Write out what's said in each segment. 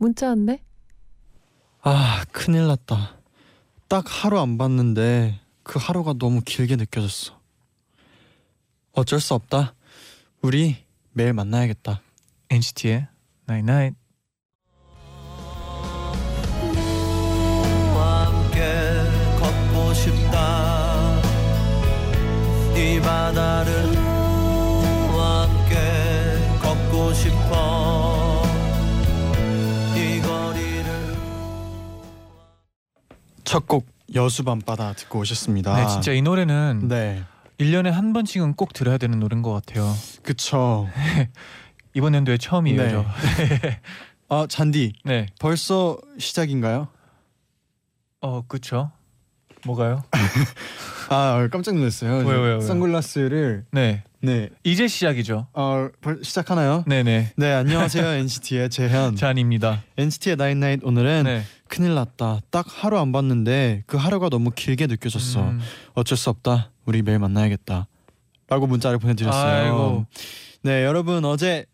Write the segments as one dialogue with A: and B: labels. A: 문자 왔네.
B: 아 큰일 났다 딱 하루 안 봤는데 그 하루가 너무 길게 느껴졌어 어쩔 수 없다 우리 매일 만나야겠다
C: NCT의 Night Night.
D: 너와 함께 걷고 싶다 이 바다를 너와 함께 걷고 싶어 이 거리를
B: 첫 곡 여수밤바다 듣고 오셨습니다
C: 네, 진짜 이 노래는
B: 아. 네
C: 1년에 한 번씩은 꼭 들어야 되는 노래인 것 같아요.
B: 그쵸
C: 이번 연도에 처음이에요.
B: 네.
C: 저.
B: 아 잔디
C: 네.
B: 벌써 시작인가요?
C: 어, 그쵸. 뭐가요?
B: 아 깜짝 놀랐어요
C: 왜요, 왜요, 왜요?
B: 선글라스를
C: 네.
B: 네
C: 이제 시작이죠.
B: 어, 벌, 시작하나요?
C: 네네.
B: 네 안녕하세요 NCT의 재현
C: 잔입니다.
B: NCT의 나잇나잇 오늘은
C: 네.
B: 큰일 났다 딱 하루 안 봤는데 그 하루가 너무 길게 느껴졌어
C: 음,
B: 어쩔 수 없다 우리 매일 만나야겠다 라고 문자를 보내드렸어요
C: 아이고.
B: 네 여러분 어제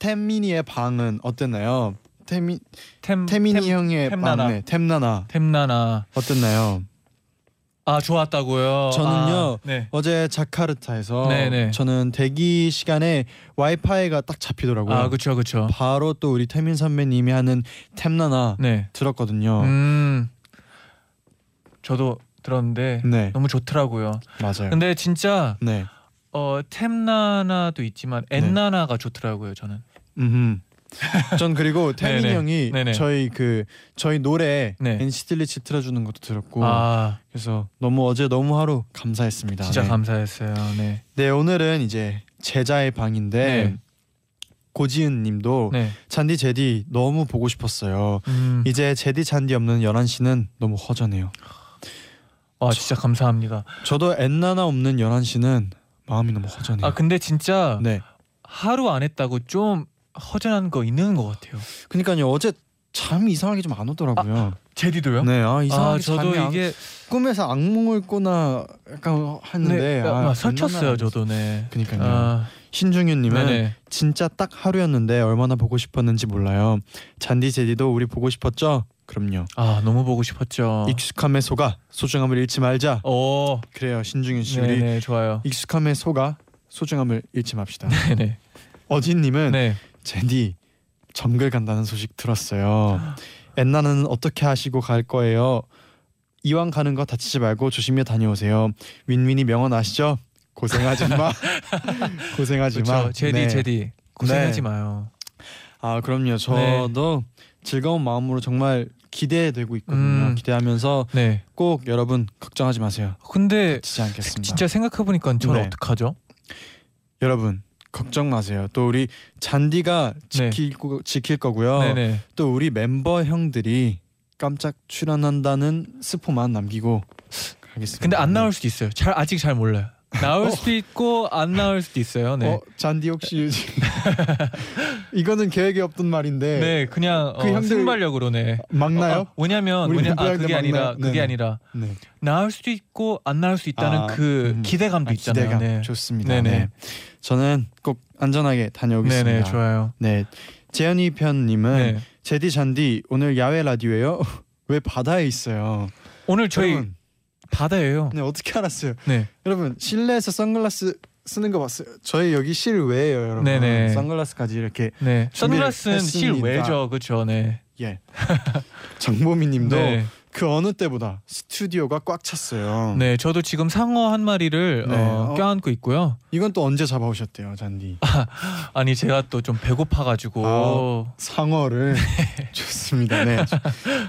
B: 템미니의 방은 어땠나요? 템미,
C: 템,
B: 태민이
C: 템-
B: 형의
C: 템나나.
B: 방 네, 템나나
C: 템나나.
B: 어땠나요?
C: 아, 좋았다고요.
B: 저는요.
C: 아, 네.
B: 어제 자카르타에서
C: 네네.
B: 저는 대기 시간에 와이파이가 딱 잡히더라고요
C: 아, 그쵸, 그쵸.
B: 바로 또 우리 태민 선배님이 하는 템나나
C: 네.
B: 들었거든요
C: 음. 저도 들었는데
B: 네
C: 너무 좋더라고요.
B: 맞아요
C: 근데 진짜
B: 네
C: 어 템나나도 있지만
B: 네.
C: 엔나나가 좋더라고요 저는.
B: 음. 전 그리고 태민이
C: 네네.
B: 형이
C: 네네.
B: 저희 그 저희 노래
C: 네.
B: NCT 리치 틀어주는 것도 들었고
C: 아
B: 그래서 너무 어제 너무 하루 감사했습니다.
C: 진짜
B: 네.
C: 감사했어요. 네.
B: 네 오늘은 이제 제자의 방인데
C: 네.
B: 고지은님도
C: 네.
B: 잔디 제디 너무 보고 싶었어요.
C: 음.
B: 뭐, 이제 제디 잔디 없는 11 시는 너무 허전해요.
C: 와 아, 진짜 감사합니다.
B: 저도 엔나나 없는 11 시는 마음이 너무 허전해요.
C: 아 근데 진짜
B: 네.
C: 하루 안 했다고 좀 허전한 거 있는 것 같아요.
B: 그러니까요 어제 잠이 이상하게 좀 안 오더라고요.
C: 제디도요?
B: 네, 아 이상하게
C: 아 저도
B: 잠이 안
C: 이게
B: 꿈에서 악몽을 꾸나 약간 하는데
C: 네,
B: 아,
C: 막
B: 장난
C: 설쳤어요
B: 아니지.
C: 저도네.
B: 그니까요.
C: 아,
B: 신중윤님은
C: 네네.
B: 진짜 딱 하루였는데 얼마나 보고 싶었는지 몰라요. 잔디 제디도 우리 보고 싶었죠? 그럼요.
C: 아 너무 보고 싶었죠.
B: 어. 익숙함에 속아 소중함을 잃지 말자.
C: 오.
B: 그래요, 신중윤 씨 우리
C: 네네 좋아요.
B: 익숙함에 속아 소중함을 잃지 맙시다.
C: 네네.
B: 어진님은
C: 네.
B: 제디 점글 간다는 소식 들었어요. 엔나는 어떻게 하시고 갈 거예요? 이왕 가는 거 다치지 말고 조심히 다녀오세요. 윈윈이 명언 아시죠? 고생하지 마. 고생하지 마.
C: 그렇죠. 제디
B: 네.
C: 제디 고생하지
B: 네.
C: 마요.
B: 아 그럼요. 저도 즐거운 마음으로 정말 기대되고 있거든요.
C: 네. 음.
B: 기대하면서
C: 네.
B: 꼭 여러분 걱정하지 마세요.
C: 근데
B: 다치지 않겠습니다.
C: 진짜 생각해 보니까 저는
B: 아, 네.
C: 어떡하죠?
B: 여러분 걱정 마세요. 또 우리 잔디가
C: 네.
B: 지킬, 거, 지킬 거고요.
C: 네네.
B: 또 우리 멤버 형들이 깜짝 출연한다는 스포만 남기고 가겠습니다.
C: 근데 안 나올 수도 있어요. 잘 아직 잘 몰라요. 나올 수도 있고 안 나올 수도 있어요. 네.
B: 어 잔디 혹시 이거는 계획이 없던 말인데
C: 네, 그냥
B: 그
C: 어,
B: 형들-
C: 생발력으로네.
B: 막나요?
C: 어, 어, 뭐냐면
B: 우리
C: 뭐냐 아
B: 멤버
C: 그게
B: 형들
C: 아니라
B: 막나요?
C: 그게
B: 네네.
C: 아니라
B: 네.
C: 나올 수도 있고 안 나올 수 있다는
B: 아,
C: 그
B: 음.
C: 기대감도
B: 아,
C: 있잖아요.
B: 기대감
C: 네.
B: 좋습니다.
C: 네네.
B: 네. 저는 꼭 안전하게 다녀오겠습니다.
C: 네네 좋아요.
B: 네. 재현이 편님은
C: 네.
B: 제디 잔디 오늘 야외 라디오예요? 왜 바다에 있어요?
C: 오늘 저희
B: 여러분,
C: 바다예요.
B: 네 어떻게 알았어요?
C: 네.
B: 여러분 실내에서 선글라스 쓰는 거 봤어요? 저희 여기 실외예요, 여러분.
C: 네네.
B: 선글라스까지 이렇게
C: 네.
B: 준비를
C: 선글라스는
B: 했습니다.
C: 실외죠. 그렇죠. 네.
B: 예. 정보미 님도
C: 네.
B: 그 어느 때보다 스튜디오가 꽉 찼어요.
C: 네. 저도 지금 상어 한 마리를
B: 네.
C: 어,
B: 어.
C: 껴안고 있고요.
B: 이건 또 언제 잡아오셨대요, 잔디?
C: 아니 제가 또 좀 배고파 가지고
B: 아. 상어를 좋습니다. 네.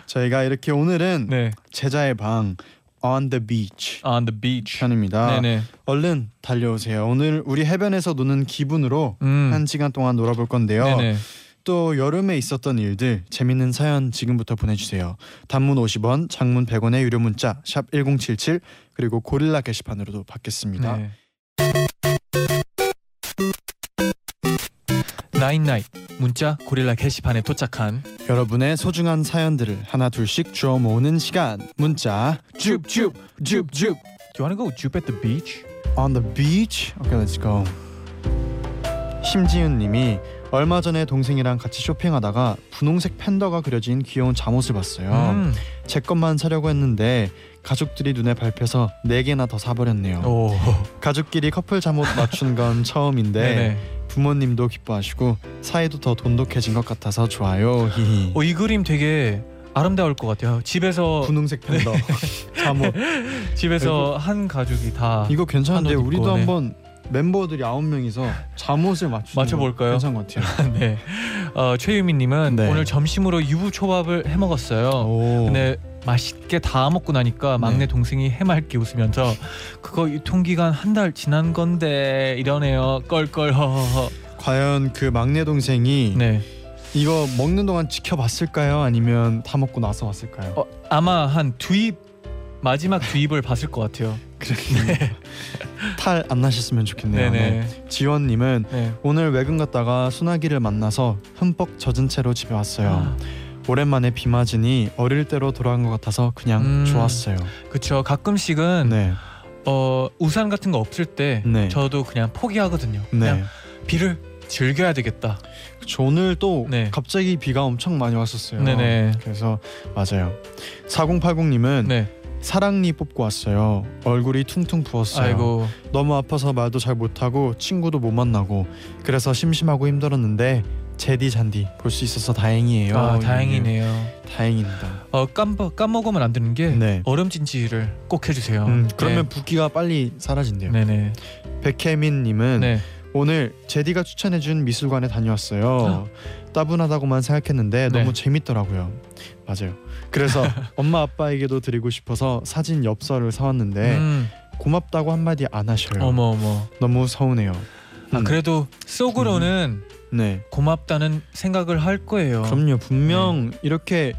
B: 저희가 이렇게 오늘은
C: 네. 아,
B: 제자의 방 on the beach
C: on the beach.
B: 편입니다.
C: 네네.
B: 얼른 달려오세요. 오늘 우리 해변에서 노는 기분으로
C: 음.
B: 한 시간 동안 놀아볼 건데요.
C: 네네.
B: 또 여름에 있었던 일들 재밌는 사연 지금부터 보내주세요. 단문 50원, 장문 100원의 유료 문자 샵 #1077 그리고 고릴라 게시판으로도 받겠습니다.
C: 네. 나인나이 문자 고릴라 게시판에 도착한
B: 여러분의 소중한 사연들을 하나 둘씩 주워 모으는 시간. 문자 줍줍 줍줍
C: Do you wanna go jupe at the beach?
B: on the beach. Okay, let's go. 심지은 님이 얼마 전에 동생이랑 같이 쇼핑하다가 분홍색 팬더가 그려진 귀여운 잠옷을 봤어요.
C: 음.
B: 제 것만 사려고 했는데 가족들이 눈에 밟혀서 네 개나 더 사버렸네요.
C: 오.
B: 가족끼리 커플 잠옷 맞춘 건 처음인데
C: 네네.
B: 부모님도 기뻐하시고 사이도 더 돈독해진 것 같아서 좋아요. 히히.
C: 어, 이 그림 되게 아름다울 것 같아요. 집에서
B: 분홍색 팬더
C: 네.
B: 잠옷
C: 집에서 한 가족이 다
B: 이거
C: 한옷
B: 괜찮은데
C: 아, 입고,
B: 우리도
C: 네.
B: 한번 멤버들이 아홉 명이서 잠옷을 맞추는 거
C: 맞춰볼까요?
B: 괜찮은 것 같아요.
C: 네. 어, 최유미님은
B: 네.
C: 오늘 점심으로 유부초밥을 해 먹었어요. 네.
B: 오.
C: 근데 맛있게 다 먹고 나니까 막내
B: 네.
C: 동생이 해맑게 웃으면서 그거 유통기간 한 달 지난 건데 이러네요. 껄껄 허허허.
B: 과연 그 막내 동생이
C: 네.
B: 이거 먹는 동안 지켜봤을까요? 아니면 다 먹고 나서 왔을까요?
C: 어, 아마 한 두입 마지막 두입을 봤을 것 같아요.
B: 그렇게 탈 안 나셨으면 좋겠네요. 네.
C: 네. 네네.
B: 지원님은
C: 네.
B: 오늘 외근 갔다가 소나기를 만나서 흠뻑 젖은 채로 집에 왔어요.
C: 아,
B: 오랜만에 비 맞으니 어릴 때로 돌아간 것 같아서 그냥
C: 음.
B: 좋았어요.
C: 그쵸. 가끔씩은
B: 네,
C: 어, 우산 같은 거 없을 때
B: 네.
C: 저도 그냥 포기하거든요.
B: 네.
C: 그냥 비를 즐겨야 되겠다.
B: 그쵸, 오늘 또
C: 네.
B: 갑자기 비가 엄청 많이 왔었어요.
C: 네네.
B: 그래서 맞아요. 4080님은
C: 네.
B: 사랑니 뽑고 왔어요. 얼굴이 퉁퉁 부었어요.
C: 아이고.
B: 너무 아파서 말도 잘 못하고 친구도 못 만나고 그래서 심심하고 힘들었는데 제디 잔디 볼 수 있어서 다행이에요. 음,
C: 아, 다행이네요.
B: 다행입니다.
C: 어 깜빡 까먹으면 안 되는 게
B: 네.
C: 얼음 찜질을 꼭 해주세요.
B: 음, 그러면 붓기가 빨리 사라진대요.
C: 네. 네네.
B: 백혜민님은
C: 네.
B: 오늘 제디가 추천해준 미술관에 다녀왔어요. 따분하다고만 생각했는데
C: 네.
B: 너무 재밌더라고요. 맞아요. 그래서 엄마 아빠에게도 드리고 싶어서 사진 엽서를 사왔는데
C: 음,
B: 고맙다고 한마디 안 하셔요.
C: 어머 어머.
B: 너무 서운해요.
C: 아
B: 네. 음,
C: 그래도 속으로는
B: 네.
C: 고맙다는 생각을 할 거예요.
B: 그럼요. 분명 네. 이렇게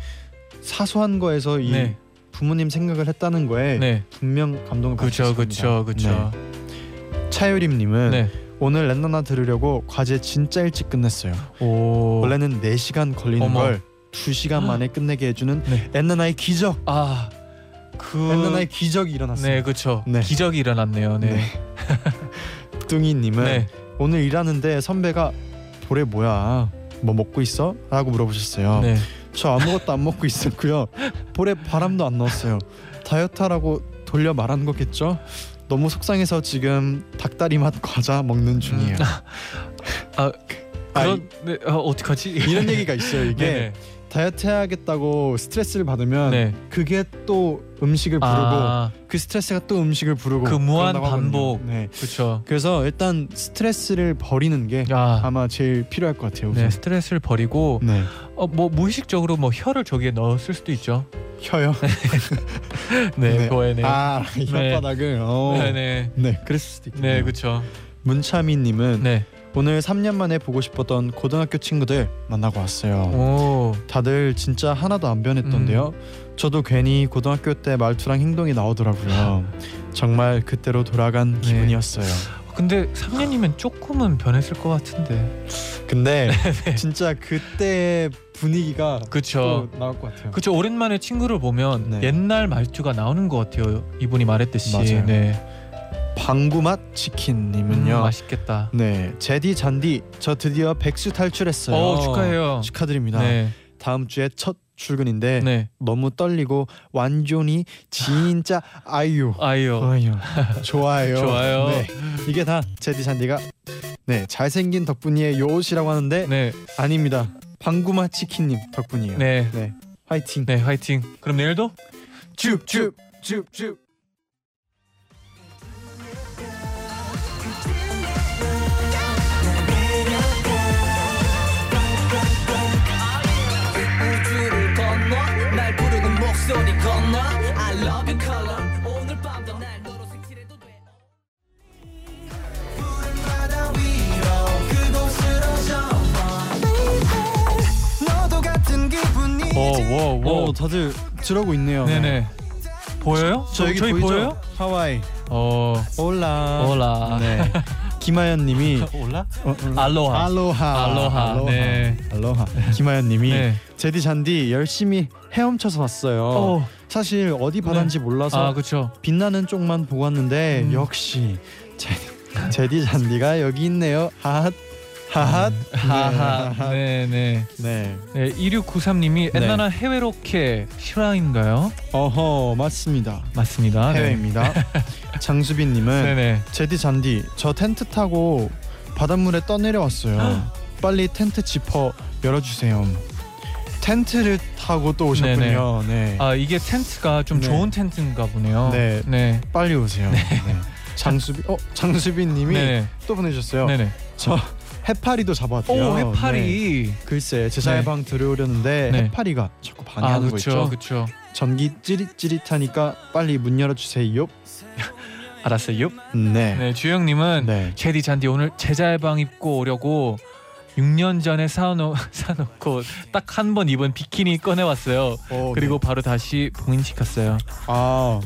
B: 사소한 거에서 이
C: 네.
B: 부모님 생각을 했다는 거에
C: 네.
B: 분명 감동을
C: 그쵸
B: 받으실
C: 그쵸
B: 겁니다.
C: 그쵸.
B: 네. 차유림님은
C: 네.
B: 오늘 렌나나 들으려고 과제 진짜 일찍 끝냈어요.
C: 오.
B: 원래는 4시간 걸리는
C: 어머. 아.
B: 걸 2시간 만에 끝내게 해주는
C: 네.
B: 엔나나의 기적! 엔나나의
C: 아, 아그
B: 기적이 일어났어요.
C: 네, 그쵸
B: 네.
C: 기적이 일어났네요. 네.
B: 뚱이님은
C: 네.
B: 오늘 일하는데 선배가 볼에 뭐야? 뭐 먹고 있어? 라고 물어보셨어요.
C: 네.
B: 저 아무것도 안 먹고 있었고요. 볼에 바람도 안 넣었어요. 다이어트하라고 돌려 말한 거겠죠? 너무 속상해서 지금 닭다리 맛 과자 먹는 중이에요.
C: 아,
B: 아,
C: 그런 네, 어, 어떡하지?
B: 이- 이런 얘기가 있어요. 이게
C: 네네.
B: 다이어트 해야겠다고 스트레스를 받으면
C: 네.
B: 그게 또 음식을 부르고
C: 아
B: 그 스트레스가 또 음식을 부르고
C: 그 무한
B: 그런다고 하거든요.
C: 반복.
B: 네.
C: 그쵸.
B: 그래서 일단 스트레스를 버리는 게
C: 야.
B: 아마 제일 필요할 것
C: 네
B: 같아요. 우선.
C: 스트레스를 버리고
B: 네.
C: 어, 뭐 무의식적으로 뭐 혀를 저기에 넣었을 수도 있죠.
B: 혀요.
C: 네,
B: 네.
C: 그거에네.
B: 아 혓바닥을. 어.
C: 네,
B: 네.
C: 네.
B: 그랬을 수도 있겠네요.
C: 네, 그렇죠.
B: 문차미님은
C: 네.
B: 오늘 3년 만에 보고 싶었던 고등학교 친구들 만나고 왔어요.
C: 오.
B: 다들 진짜 하나도 안 변했던데요.
C: 음.
B: 저도 괜히 고등학교 때 말투랑 행동이 나오더라고요. 정말 그때로 돌아간
C: 네.
B: 기분이었어요.
C: 근데 3년이면 조금은 변했을 것 같은데.
B: 근데 진짜 그때 분위기가
C: 네, 그렇죠.
B: 또 나올 것 같아요.
C: 그렇죠. 오랜만에 친구를 보면
B: 네.
C: 옛날 말투가 나오는 것 같아요. 이분이 말했듯이.
B: 맞아요.
C: 네.
B: 방구맛
C: 음,
B: 치킨님은요.
C: 맛있겠다.
B: 네, 제디 잔디 저 드디어 백수 탈출했어요.
C: 어, 축하해요.
B: 축하드립니다.
C: 네.
B: 다음 주에 첫 출근인데
C: 네.
B: 너무 떨리고 완전히 진짜 아유.
C: 아이요.
B: 아유. 좋아요.
C: 좋아요.
B: 네. 이게 다 제디 잔디가 네 잘생긴 덕분이에요 옷이라고 하는데
C: 네.
B: 아닙니다. 방구마 치킨님 덕분이에요.
C: 네.
B: 네. 화이팅.
C: 네, 화이팅. 그럼 내일도 쭉쭉
B: 쭉쭉.
E: 우주를 건너 날 부르는 목소리 건너 I love your color 오늘 밤도 날 너로 색칠해도 돼 푸른 바다 위로 그곳으로 저어
B: 오
C: 워워워
B: 다들 들어고 있네요.
C: 어, 네네 보여요?
B: 저 여기
C: 저희
B: 보이죠?
C: 보여요?
B: 하와이
C: 어
B: 올라
C: 올라
B: 네 김하연님이
C: 올라
B: 어, 음.
C: 알로하
B: 알로하
C: 알로하, 네.
B: 알로하 김하연님이
C: 네.
B: 제디 잔디 열심히 헤엄쳐서 왔어요.
C: 어.
B: 사실 어디 바다인지 몰라서
C: 아 그렇죠
B: 빛나는 쪽만 보고 왔는데
C: 음. 아.
B: 역시 제디, 제디 잔디가 여기 있네요. 하핫 하핫
C: 하하 음. 네. 네네
B: 네.
C: 네, 2693님이
B: 네.
C: 엔나나 해외 로케 실화인가요?
B: 어허 맞습니다.
C: 맞습니다 네.
B: 해외입니다. 장수빈님은
C: 네네
B: 제디 잔디 저 텐트 타고 바닷물에
C: 아.
B: 떠내려왔어요. 빨리 텐트 지퍼 열어주세요. 텐트를 타고 또 오셨군요. 네,
C: 아 이게 텐트가 좀
B: 네.
C: 좋은 텐트인가 보네요
B: 네.
C: 네
B: 빨리 오세요. 네. 장수빈 어 장수빈님이
C: 네네
B: 또 보내주셨어요.
C: 네네
B: 저 해파리도 잡아왔대요.
C: 오
B: 네.
C: 해파리
B: 글쎄 제사예방 들어오려는데
C: 네.
B: 해파리가 자꾸
C: 아
B: 방해하는 거
C: 그렇죠
B: 있죠.
C: 그렇죠
B: 전기 찌릿찌릿하니까 빨리 문 열어주세요.
C: 알았어요
B: 네.
C: 네 주영님은
B: 네.
C: 제디 잔디 오늘 제자의방 입고 오려고 6년 전에 사놓, 사놓고 딱 한 번 입은 비키니 꺼내왔어요.
B: 어,
C: 그리고 바로 다시 봉인시켰어요.
B: 아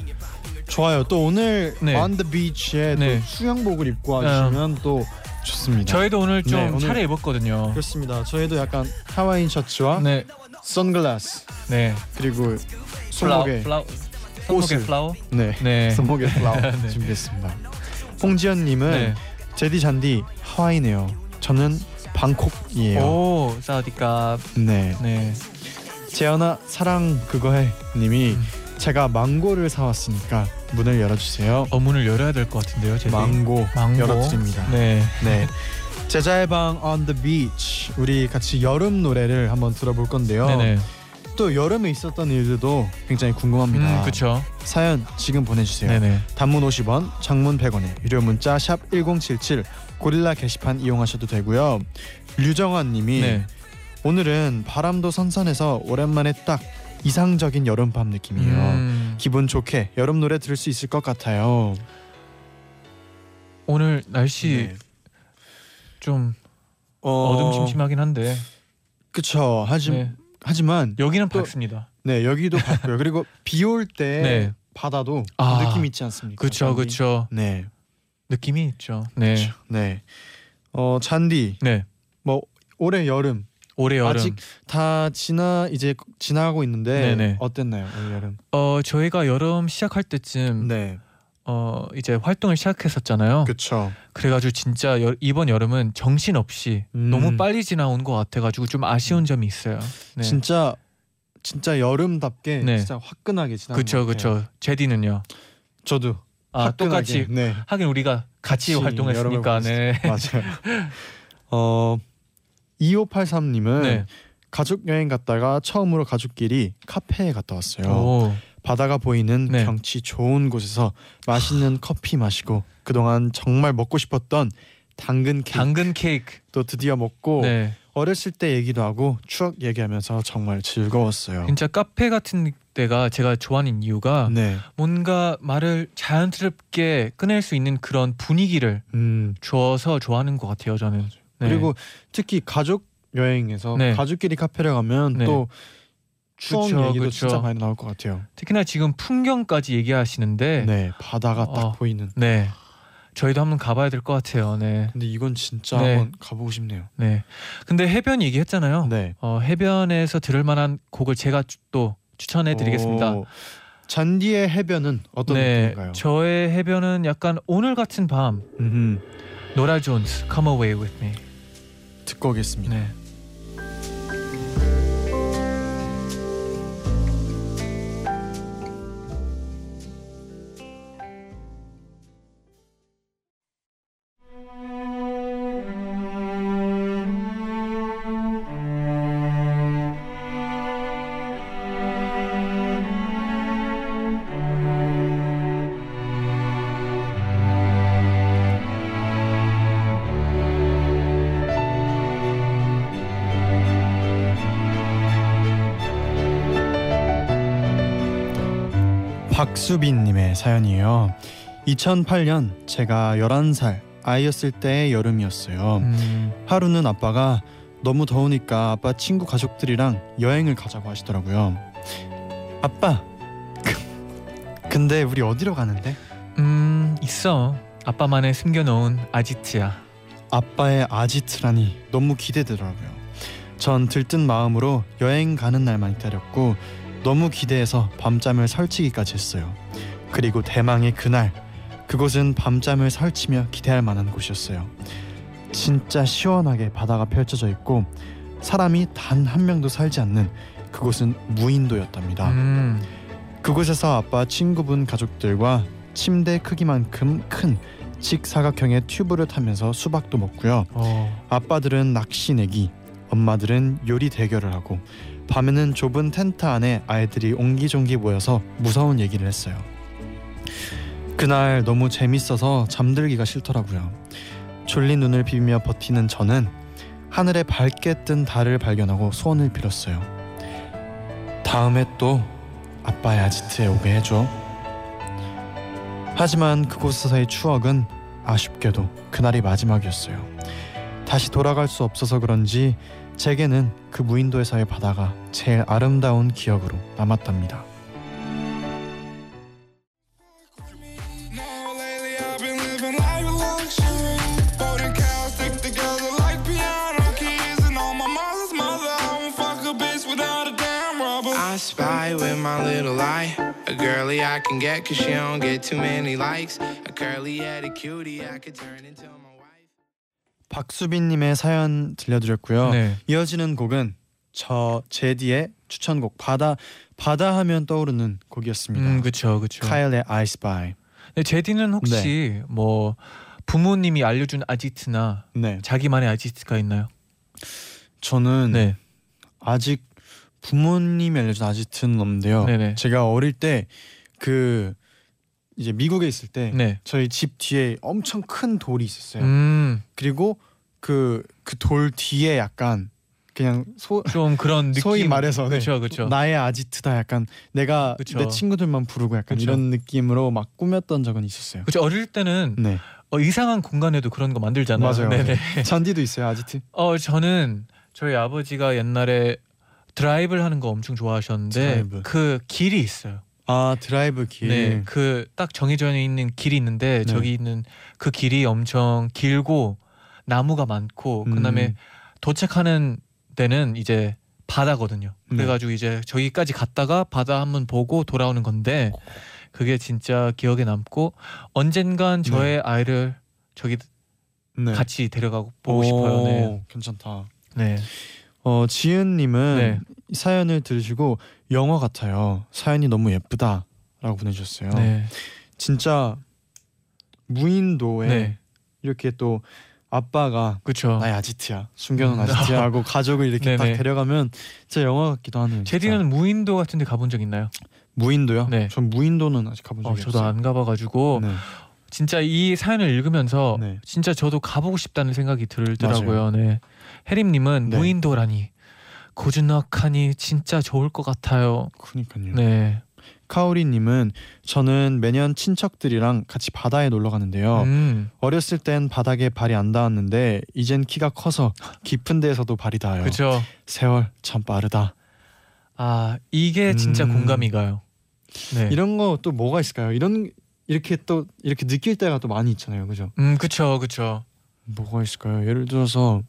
B: 좋아요. 또 오늘
C: 네.
B: on the beach에
C: 네.
B: 또 수영복을 입고 하시면 또 좋습니다.
C: 저희도 오늘 좀
B: 네, 오늘-
C: 차려 입었거든요.
B: 그렇습니다. 저희도 약간 하와이인 셔츠와
C: 네,
B: 선글라스
C: 네.
B: 그리고
C: 플라워,
B: 손목에
C: 플라워,
B: 옷을.
C: 손목에 플라워.
B: 네,
C: 네.
B: 손목에 플라워
C: 네.
B: 준비했습니다. 홍지연님은
C: 네.
B: 제디 잔디 하와이네요. 저는 방콕이에요.
C: 오, 사우디캅.
B: 네,
C: 네.
B: 재현아 사랑 그거해님이
C: 음.
B: 제가 망고를 사왔으니까 문을 열어주세요.
C: 어 문을 열어야 될 것 같은데요, 제디.
B: 망고,
C: 망고.
B: 열어드립니다.
C: 네.
B: 네. 제자의 방 on the beach 우리 같이 여름 노래를 한번 들어볼 건데요.
C: 네네.
B: 또 여름에 있었던 일들도 굉장히 궁금합니다.
C: 음, 그렇죠.
B: 사연 지금 보내 주세요.
C: 네네.
B: 단문 50원, 장문 100원에 유료 문자 샵 1077 고릴라 게시판 이용하셔도 되고요. 류정환 님이
C: 네.
B: 오늘은 바람도 선선해서 오랜만에 딱 이상적인 여름밤 느낌이에요.
C: 음,
B: 기분 좋게 여름 노래 들을 수 있을 것 같아요.
C: 오늘 날씨
B: 네.
C: 좀 어둠침침하긴 한데
B: 그쵸. 하지,
C: 네.
B: 하지만
C: 여기는
B: 또-
C: 밝습니다.
B: 네 여기도 봤고요. 그리고 비 올 때
C: 네.
B: 바다도
C: 아,
B: 느낌 있지 않습니까?
C: 그렇죠,
B: 잔디?
C: 그렇죠.
B: 네,
C: 느낌이 있죠. 네,
B: 그쵸. 네. 어 잔디
C: 네.
B: 뭐 올해 여름
C: 올해 여름.
B: 아직 다 지나 이제 지나가고 있는데
C: 네네.
B: 어땠나요 올 여름?
C: 어 저희가 여름 시작할 때쯤
B: 네,
C: 어 이제 활동을 시작했었잖아요.
B: 그렇죠.
C: 그, 래가지고 진짜 여- 이번 여름은 정신 없이
B: 음.
C: 너무 빨리 지나온 것 같아가지고 좀 아쉬운 점이 있어요. 네.
B: 진짜 진짜 여름답게
C: 네.
B: 진짜 화끈하게 지나.
C: 그쵸,
B: 네.
C: 그쵸. 제디는요.
B: 저도
C: 아
B: 화끈하게,
C: 똑같이
B: 네
C: 하긴 우리가 같이,
B: 여름을
C: 활동했으니까. 네.
B: 맞아요. 어 2583님은
C: 네.
B: 가족 여행 갔다가 처음으로 가족끼리 카페에 갔다 왔어요.
C: 오.
B: 바다가 보이는
C: 네.
B: 경치 좋은 곳에서 맛있는 커피 마시고 그동안 정말 먹고 싶었던 당근 케이크
C: 당근 케이크.
B: 도 드디어 먹고
C: 네.
B: 어렸을 때 얘기도 하고 추억 얘기하면서 정말 즐거웠어요.
C: 진짜 카페 같은 데가 제가 좋아하는 이유가
B: 네.
C: 뭔가 말을 자연스럽게 꺼낼 수 있는 그런 분위기를
B: 음.
C: 줘서 좋아하는 것 같아요 저는 네.
B: 그리고 특히 가족 여행에서
C: 네.
B: 가족끼리 카페를 가면
C: 네.
B: 또 추억
C: 그쵸,
B: 얘기도
C: 그쵸.
B: 진짜 많이 나올 것 같아요.
C: 특히나 지금 풍경까지 얘기하시는데
B: 네.
C: 네,
B: 바다가 딱
C: 어.
B: 보이는.
C: 저희도 한번 가봐야 될 것 같아요 네.
B: 근데 이건 진짜
C: 네.
B: 한번 가보고 싶네요.
C: 네 근데 해변 얘기했잖아요
B: 네.
C: 어, 해변에서 들을 만한 곡을 제가 주- 또 추천해 드리겠습니다
B: 오. 어, 잔디의 해변은 어떤
C: 네
B: 느낌인가요?
C: 저의 해변은 약간 오늘 같은 밤
B: 음흠.
C: 노라 존스 Come Away With Me
B: 듣고 오겠습니다.
C: 네.
B: 박수빈님의 사연이에요. 2008년 제가 11살 아이였을 때의 여름이었어요.
C: 음,
B: 하루는 아빠가 너무 더우니까 아빠 친구 가족들이랑 여행을 가자고 하시더라고요. 아빠. 그, 근데 우리 어디로 가는데?
C: 음 있어 아빠만의 숨겨놓은 아지트야
B: 아빠의 아지트라니 너무 기대되더라고요. 전 들뜬 마음으로 여행 가는 날만 기다렸고 너무 기대해서 밤잠을 설치기까지 했어요. 그리고 대망의 그날 그곳은 밤잠을 설치며 기대할 만한 곳이었어요. 진짜 시원하게 바다가 펼쳐져 있고 사람이 단 한 명도 살지 않는 그곳은 무인도였답니다.
C: 음
B: 그곳에서 아빠 친구분 가족들과 침대 크기만큼 큰 직사각형의 튜브를 타면서 수박도 먹고요.
C: 어,
B: 아빠들은 낚시 내기, 엄마들은 요리 대결을 하고 밤에는 좁은 텐트 안에 아이들이 옹기종기 모여서 무서운 얘기를 했어요. 그날 너무 재밌어서 잠들기가 싫더라고요. 졸린 눈을 비비며 버티는 저는 하늘에 밝게 뜬 달을 발견하고 소원을 빌었어요. 다음에 또 아빠의 아지트에 오게 해줘. 하지만 그곳에서의 추억은 아쉽게도 그날이 마지막이었어요. 다시 돌아갈 수 없어서 그런지 제게는 그 무인도에서의 바다가 제일 아름다운 기억으로 남았답니다.
A: Now lately I've been living life of luxury. Boating cows stick together like piano keys, and on my mother's mother, I won't fuck a bitch without a damn rubber.
F: I spy with my little eye. A girly I can get cause she don't get too many likes. A curly headed cutie I could turn into my wife.
B: 박수빈님의 사연 들려드렸고요.
C: 네.
B: 이어지는 곡은 저 제디의 추천곡 바다 바다 하면 떠오르는 곡이었습니다. 네.
C: 음 그쵸 그쵸
B: 카일의 I Spy.
C: 네, 제디는 혹시 뭐 부모님이 알려준 아지트나
B: 네,
C: 자기만의 아지트가 있나요?
B: 저는
C: 네.
B: 아직 부모님이 알려준 아지트는 없는데요.
C: 네네.
B: 제가 어릴 때 그 이제 미국에 있을 때
C: 네.
B: 저희 집 뒤에 엄청 큰 돌이 있었어요.
C: 음,
B: 그리고 그 그 돌 뒤에 약간 그냥 소
C: 좀 그런 느낌.
B: 소위 말해서 네.
C: 그렇죠, 그렇죠.
B: 나의 아지트다 약간 내가
C: 그쵸.
B: 내 친구들만 부르고 약간
C: 그쵸.
B: 이런 느낌으로 막 꾸몄던 적은 있었어요.
C: 그렇죠. 어릴 때는
B: 네
C: 어, 이상한 공간에도 그런 거 만들잖아요.
B: 맞아요.
C: 네네.
B: 잔디도 있어요 아지트.
C: 어, 저는 저희 아버지가 옛날에 드라이브를 하는 거 엄청 좋아하셨는데
B: 드라이브.
C: 그 길이 있어요.
B: 아 드라이브 길.
C: 네, 그 딱 정해져 있는 길이 있는데
B: 네.
C: 저기 있는 그 길이 엄청 길고 나무가 많고 그다음에
B: 음.
C: 도착하는 데는 이제 바다거든요.
B: 네.
C: 그래가지고 이제 저기까지 갔다가 바다 한번 보고 돌아오는 건데 그게 진짜 기억에 남고 언젠간 저의 아이를 저기
B: 네.
C: 같이 데려가고 보고 싶어요. 네.
B: 오, 괜찮다.
C: 네.
B: 어 지은님은
C: 네.
B: 사연을 들으시고 영화 같아요. 사연이 너무 예쁘다라고 보내주셨어요.
C: 네.
B: 진짜 무인도에
C: 네.
B: 이렇게 또 아빠가 예.
C: 그렇죠.
B: 나의 아지트야 숨겨놓은
C: 음.
B: 아지트야 어. 하고 가족을 이렇게 딱
C: 네네.
B: 데려가면 진짜 영화 같기도 하네요 진짜.
C: 제디는 무인도 같은 데 가본 적 있나요?
B: 무인도요?
C: 네.
B: 전 무인도는 아직 가본 적이
C: 어, 저도
B: 없어요
C: 안 가봐가지고
B: 네.
C: 진짜 이 사연을 읽으면서
B: 네.
C: 진짜 저도 가보고 싶다는 생각이 들더라고요. 네. 해림님은
B: 네.
C: 무인도라니 고즈넉하니 진짜 좋을 것 같아요.
B: 그러니까요
C: 네.
B: 카오리님은 저는 매년 친척들이랑 같이 바다에 놀러 가는데요
C: 음,
B: 어렸을 땐 바닥에 발이 안 닿았는데 이젠 키가 커서 깊은 데에서도 발이 닿아요
C: 그렇죠.
B: 세월 참 빠르다
C: 아 이게 진짜
B: 음.
C: 공감이 가요. 네.
B: 이런 거 또 뭐가 있을까요? 이런 이렇게 또 이렇게 느낄 때가 또 많이 있잖아요 그죠?
C: 음, 그렇죠, 그렇죠.
B: 뭐가 있을까요? 예를 들어서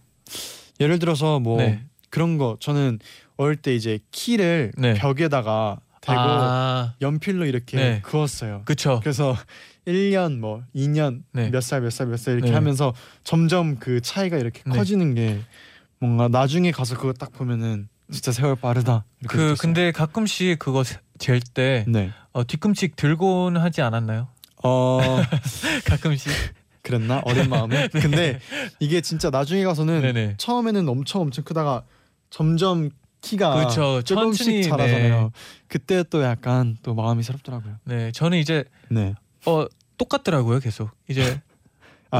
B: 예를 들어서 뭐
C: 네.
B: 그런 거 저는 어릴 때 이제 키를
C: 네.
B: 벽에다가 대고
C: 아,
B: 연필로 이렇게
C: 네.
B: 그었어요.
C: 그렇죠.
B: 그래서 1년 뭐 2년
C: 네.
B: 몇 살 몇 살 몇 살 이렇게
C: 네.
B: 하면서 점점 그 차이가 이렇게
C: 네.
B: 커지는 게 뭔가 나중에 가서 그거 딱 보면은 진짜 세월 빠르다. 이렇게
C: 그
B: 느꼈어요.
C: 근데 가끔씩 그거 잴 때
B: 네.
C: 어, 뒤꿈치 들곤 하지 않았나요?
B: 어
C: 가끔씩.
B: 그랬나 어린 마음에 근데 이게 진짜 나중에 가서는
C: 네. 네네.
B: 처음에는 엄청 엄청 크다가 점점 키가
C: 그쵸. 그렇죠. 천천히, 네.
B: 조금씩 자라잖아요. 그때 또 약간 또 마음이 새롭더라고요.
C: 네, 저는 이제
B: 네.
C: 어 똑같더라고요 계속 이제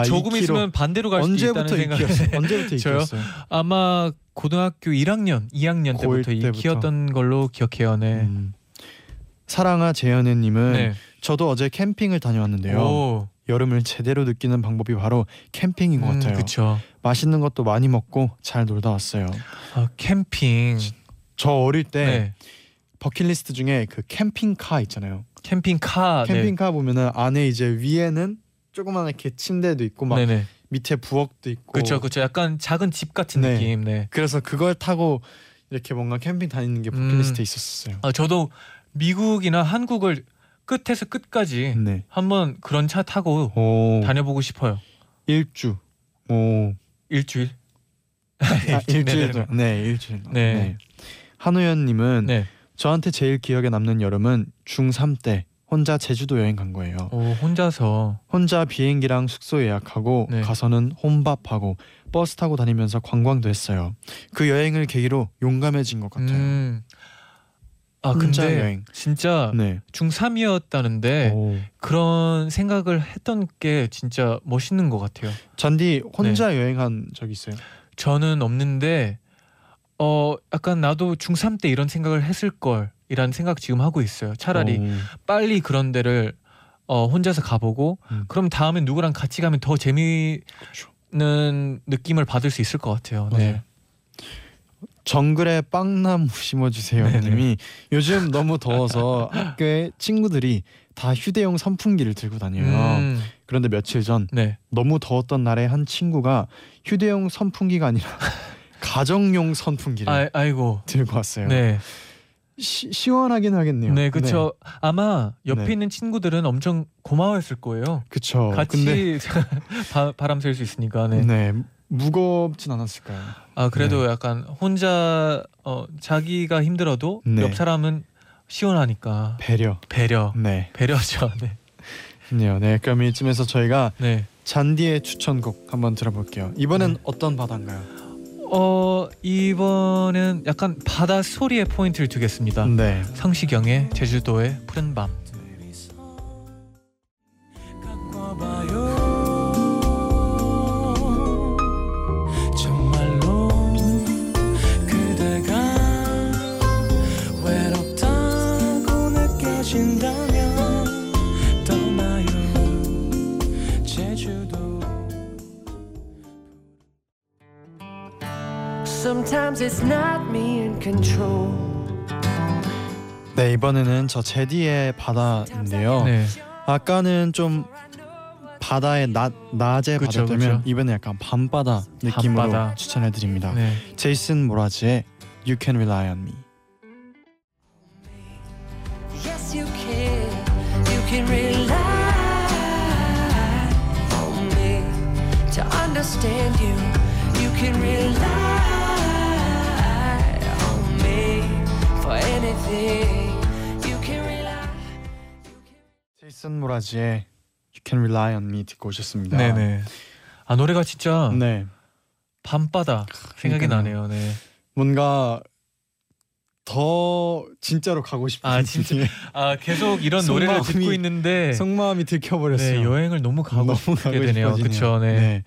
C: 조금
B: 아, 이 키로.
C: 있으면 반대로 갈 수도 있다는
B: 언제부터
C: 생각
B: 이키였어요? 언제부터
C: 저요?
B: 이키였어요?
C: 아마 고등학교 1학년 2학년
B: 고일
C: 때부터
B: 때부터.
C: 이키였던 걸로 기억해요 네,
B: 음. 사랑아 재현혜님은
C: 네.
B: 저도 어제 캠핑을 다녀왔는데요.
C: 오,
B: 여름을 제대로 느끼는 방법이 바로 캠핑인 것
C: 음,
B: 같아요.
C: 그쵸
B: 맛있는 것도 많이 먹고 잘 놀다 왔어요.
C: 아, 캠핑.
B: 저 어릴 때
C: 네.
B: 버킷리스트 중에 그 캠핑카 있잖아요.
C: 캠핑카. 네.
B: 캠핑카 보면은 안에 이제 위에는 조그만 이렇게 침대도 있고 막
C: 네. 네네.
B: 밑에 부엌도 있고
C: 그렇죠, 그렇죠. 약간 작은 집 같은
B: 네.
C: 느낌. 네.
B: 그래서 그걸 타고 이렇게 뭔가 캠핑 다니는
C: 음.
B: 게 버킷리스트에 있었어요.
C: 아, 저도 미국이나 한국을 끝에서 끝까지
B: 네.
C: 한번 그런 차 타고
B: 오
C: 다녀보고 싶어요.
B: 일주. 오
C: 네, 일주일.
B: 아, 일주일
C: 네,
B: 정도. 네 일주일. 정도.
C: 네.
B: 한우연님은
C: 네.
B: 저한테 제일 기억에 남는 여름은 중3 때 혼자 제주도 여행 간 거예요.
C: 오, 혼자서.
B: 혼자 비행기랑 숙소 예약하고
C: 네.
B: 가서는 혼밥하고 버스 타고 다니면서 관광도 했어요. 그 여행을 계기로 용감해진 것 같아요.
C: 음. 아,
B: 혼자
C: 근데
B: 여행. 어.
C: 진짜
B: 네.
C: 중3이었다는데
B: 오.
C: 그런 생각을 했던 게 진짜 멋있는 것 같아요.
B: 잔디 혼자
C: 네.
B: 여행한 적 있어요?
C: 저는 없는데 어 약간 나도 중3 때 이런 생각을 했을 걸 이란 생각 지금 하고 있어요. 차라리
B: 오.
C: 빨리 그런 데를 어 혼자서 가보고
B: 음.
C: 그럼 다음에 누구랑 같이 가면 더 재미있는
B: 그쵸.
C: 느낌을 받을 수 있을 것 같아요. 네.
B: 정글에 빵나무 심어주세요. 님이 요즘 너무 더워서 학교에 친구들이 다 휴대용 선풍기를 들고 다녀요.
C: 음,
B: 그런데 며칠 전
C: 네.
B: 너무 더웠던 날에 한 친구가 휴대용 선풍기가 아니라 가정용 선풍기를
C: 아, 아이고.
B: 들고 왔어요.
C: 네.
B: 시, 시원하긴 하겠네요.
C: 네, 그렇죠. 아마 옆에
B: 네.
C: 있는 친구들은 엄청 고마워했을 거예요.
B: 네, 그쵸.
C: 같이
B: 근데
C: 바, 바람 쐴 수 있으니까. 네.
B: 네. 무겁진 않았을까요?
C: 아 그래도 약간 혼자 어, 자기가 힘들어도
B: 네.
C: 옆 사람은 시원하니까
B: 배려.
C: 배려
B: 네.
C: 배려죠. 네.
B: 네요. 네. 그럼 이쯤에서 저희가
C: 네.
B: 잔디의 추천곡 한번 들어볼게요. 이번엔 어떤 바다인가요?
C: 어 이번엔 약간 바다 소리에 포인트를 두겠습니다.
B: 네.
C: 성시경의 제주도의 푸른 밤.
D: 바꿔봐요 정말로 그대가 외롭다고 느껴진다면 떠나요 제주도
G: Sometimes it's not me in control.
B: 네, 이번에는 저 제디의 바다인데요.
C: 네.
B: 아까는 좀 바다의 낮 낮에
C: 그쵸,
B: 바다였다면
C: 그쵸.
B: 이번에 약간 밤바다 느낌으로
C: 밤바다.
B: 추천해 드립니다.
C: 네.
B: 제이슨 모라지의 You Can Rely on Me.
G: Yes, you can. You can rely on me to understand you. You can rely on me for anything. You can rely.
B: 제이슨 모라지의 You Can Rely on Me 듣고 오셨습니다.
C: 네네. 아 노래가 진짜
B: 네.
C: 밤바다 생각이
B: 그러니까요.
C: 나네요. 네.
B: 뭔가 더 진짜로 가고 싶은
C: 아, 진짜.
B: 느낌의
C: 아 계속 이런 노래를
B: 속마음이-
C: 듣고 있는데 네,
B: 속마음이 들켜버렸어요.
C: 여행을 너무 가고
B: 너무
C: 싶게
B: 가고
C: 되네요.
B: 싶어지네요.
C: 그렇죠. 네. 네.
B: 네.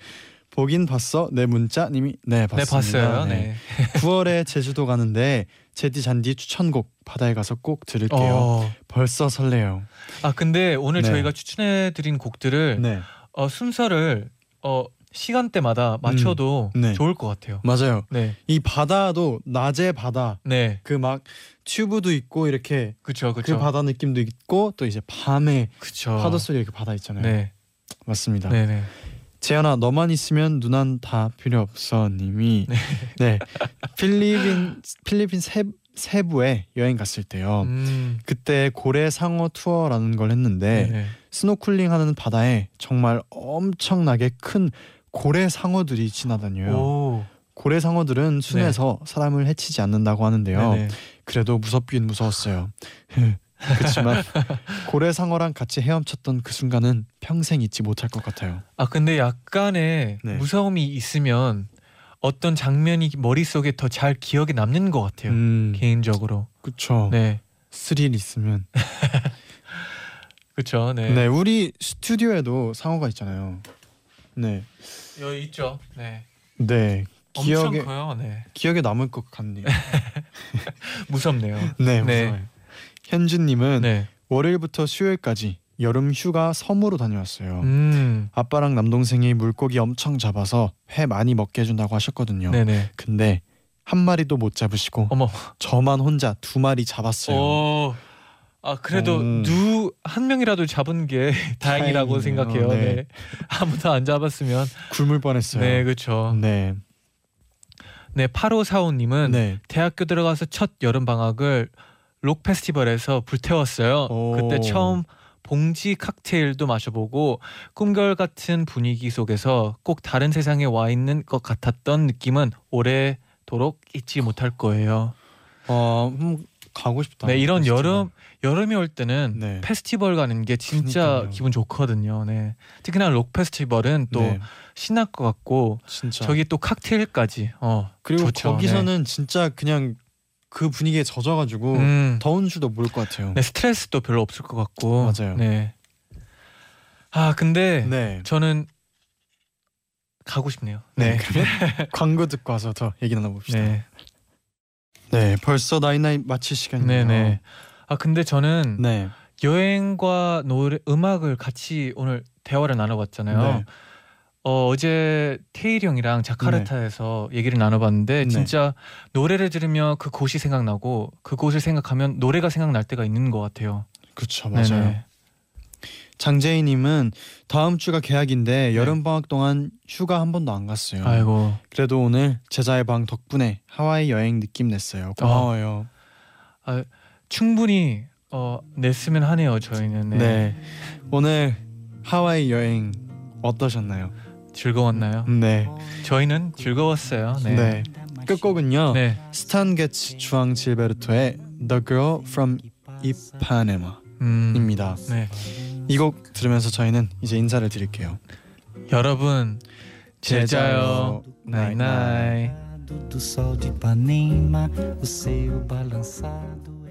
B: 보긴 봤어. 내 문자 님이 네, 봤습니다.
C: 봤어요. 네.
B: 9월에 제주도 가는데 제디 잔디 추천곡 바다에 가서 꼭 들을게요.
C: 어.
B: 벌써 설레요.
C: 아 근데 오늘
B: 네.
C: 저희가 추천해드린 곡들을
B: 네.
C: 어, 순서를 어, 시간대마다 맞춰도
B: 음, 네.
C: 좋을 것 같아요.
B: 맞아요.
C: 네,
B: 이 바다도 낮에 바다
C: 네,
B: 그 막 튜브도 있고 이렇게
C: 그렇죠,
B: 그
C: 그렇죠,
B: 바다 느낌도 있고 또 이제 밤에
C: 그렇죠.
B: 파도 소리 이렇게 바다 있잖아요.
C: 네,
B: 맞습니다.
C: 네, 네.
B: 재현아 너만 있으면 누난 다 필요 없어 님이 네, 필리핀 필리핀 세, 세부에 여행 갔을 때요.
C: 음,
B: 그때 고래 상어 투어라는 걸 했는데
C: 네, 네.
B: 스노클링 하는 바다에 정말 엄청나게 큰 고래 상어들이 지나다녀요.
C: 오,
B: 고래 상어들은 순해서 사람을 해치지 않는다고 하는데요.
C: 네, 네.
B: 그래도 무섭긴 무서웠어요. 그렇지만 고래 상어랑 같이 헤엄쳤던 그 순간은 평생 잊지 못할 것 같아요.
C: 아 근데 약간의
B: 네.
C: 무서움이 있으면 어떤 장면이 머릿 속에 더 잘 기억에 남는 것 같아요.
B: 음,
C: 개인적으로.
B: 그쵸.
C: 네,
B: 스릴 있으면.
C: 그렇죠.
B: 네.
C: 네.
B: 우리 스튜디오에도 상어가 있잖아요. 네,
C: 여기 있죠. 네.
B: 네, 기억에
C: 엄청 커요. 네.
B: 기억에 남을 것 같네요.
C: 무섭네요.
B: 네,
C: 네.
B: 무서워요. 현주님은
C: 네.
B: 월요일부터 수요일까지 여름 휴가 섬으로 다녀왔어요.
C: 음.
B: 아빠랑 남동생이 물고기 엄청 잡아서 회 많이 먹게 해준다고 하셨거든요.
C: 네네.
B: 근데 한 마리도 못 잡으시고
C: 어머.
B: 저만 혼자 두 마리 잡았어요.
C: 오. 아 그래도
B: 음.
C: 누 한 명이라도 잡은 게 다행이라고
B: 다행이네요.
C: 생각해요. 네.
B: 네.
C: 아무도 안 잡았으면
B: 굶을 뻔했어요.
C: 네 그렇죠.
B: 네.
C: 네 8545님은
B: 네.
C: 대학교 들어가서 첫 여름 방학을 록 페스티벌에서 불태웠어요.
B: 오.
C: 그때 처음 봉지 칵테일도 마셔보고 꿈결 같은 분위기 속에서 꼭 다른 세상에 와 있는 것 같았던 느낌은 오래도록 잊지 못할 거예요.
B: 어, 음, 가고 싶다. 그
C: 네, 이런
B: 진짜.
C: 여름 여름이 올 때는
B: 네.
C: 페스티벌 가는 게 진짜
B: 그러니까요.
C: 기분 좋거든요. 네. 특히나 록 페스티벌은 또
B: 네,
C: 신날 것 같고
B: 진짜
C: 저기 또 칵테일까지. 어.
B: 그리고
C: 좋죠. 네.
B: 거기서는 진짜 그냥 그 분위기에 젖어가지고
C: 음.
B: 더운 줄도 모를 것 같아요.
C: 네, 스트레스도 별로 없을 것 같고.
B: 맞아요.
C: 네. 아, 근데
B: 네.
C: 저는 가고 싶네요.
B: 네, 그러면 광고 듣고 와서 더 얘기 나눠봅시다. 네,
C: 네.
B: 벌써 나인나인 마칠
C: 네,
B: 시간이네요.
C: 네. 아, 근데 저는
B: 네,
C: 여행과 노래 음악을 같이 오늘 대화를 나눠봤잖아요.
B: 네.
C: 어, 어제 테일이 형이랑 자카르타에서 얘기를 나눠봤는데
B: 네.
C: 진짜 노래를 들으면 그 곳이 생각나고 그 곳을 생각하면 노래가 생각날 때가 있는 것 같아요.
B: 그렇죠, 맞아요.
C: 네네.
B: 장재희님은 다음 주가 계약인데 여름 방학 동안 휴가 한 번도 안 갔어요.
C: 네. 아이고
B: 그래도 오늘 제자의 방 덕분에 하와이 여행 느낌 냈어요. 고마워요.
C: 아, 충분히 어, 냈으면 하네요 저희는. 네.
B: 네. 오늘 하와이 여행 어떠셨나요?
C: 즐거웠나요?
B: 네.
C: 저희는 즐거웠어요.
B: 네.
C: 네. 네.
B: 끝곡은요. 스탄 게츠 주앙 질베르토의 The Girl from Ipanema입니다.
C: 음, 네.
B: 이 곡 들으면서 저희는 이제 인사를 드릴게요.
C: 여러분 제자요. 나이 나이.
G: Do sol de Ipanema, o seu balançado.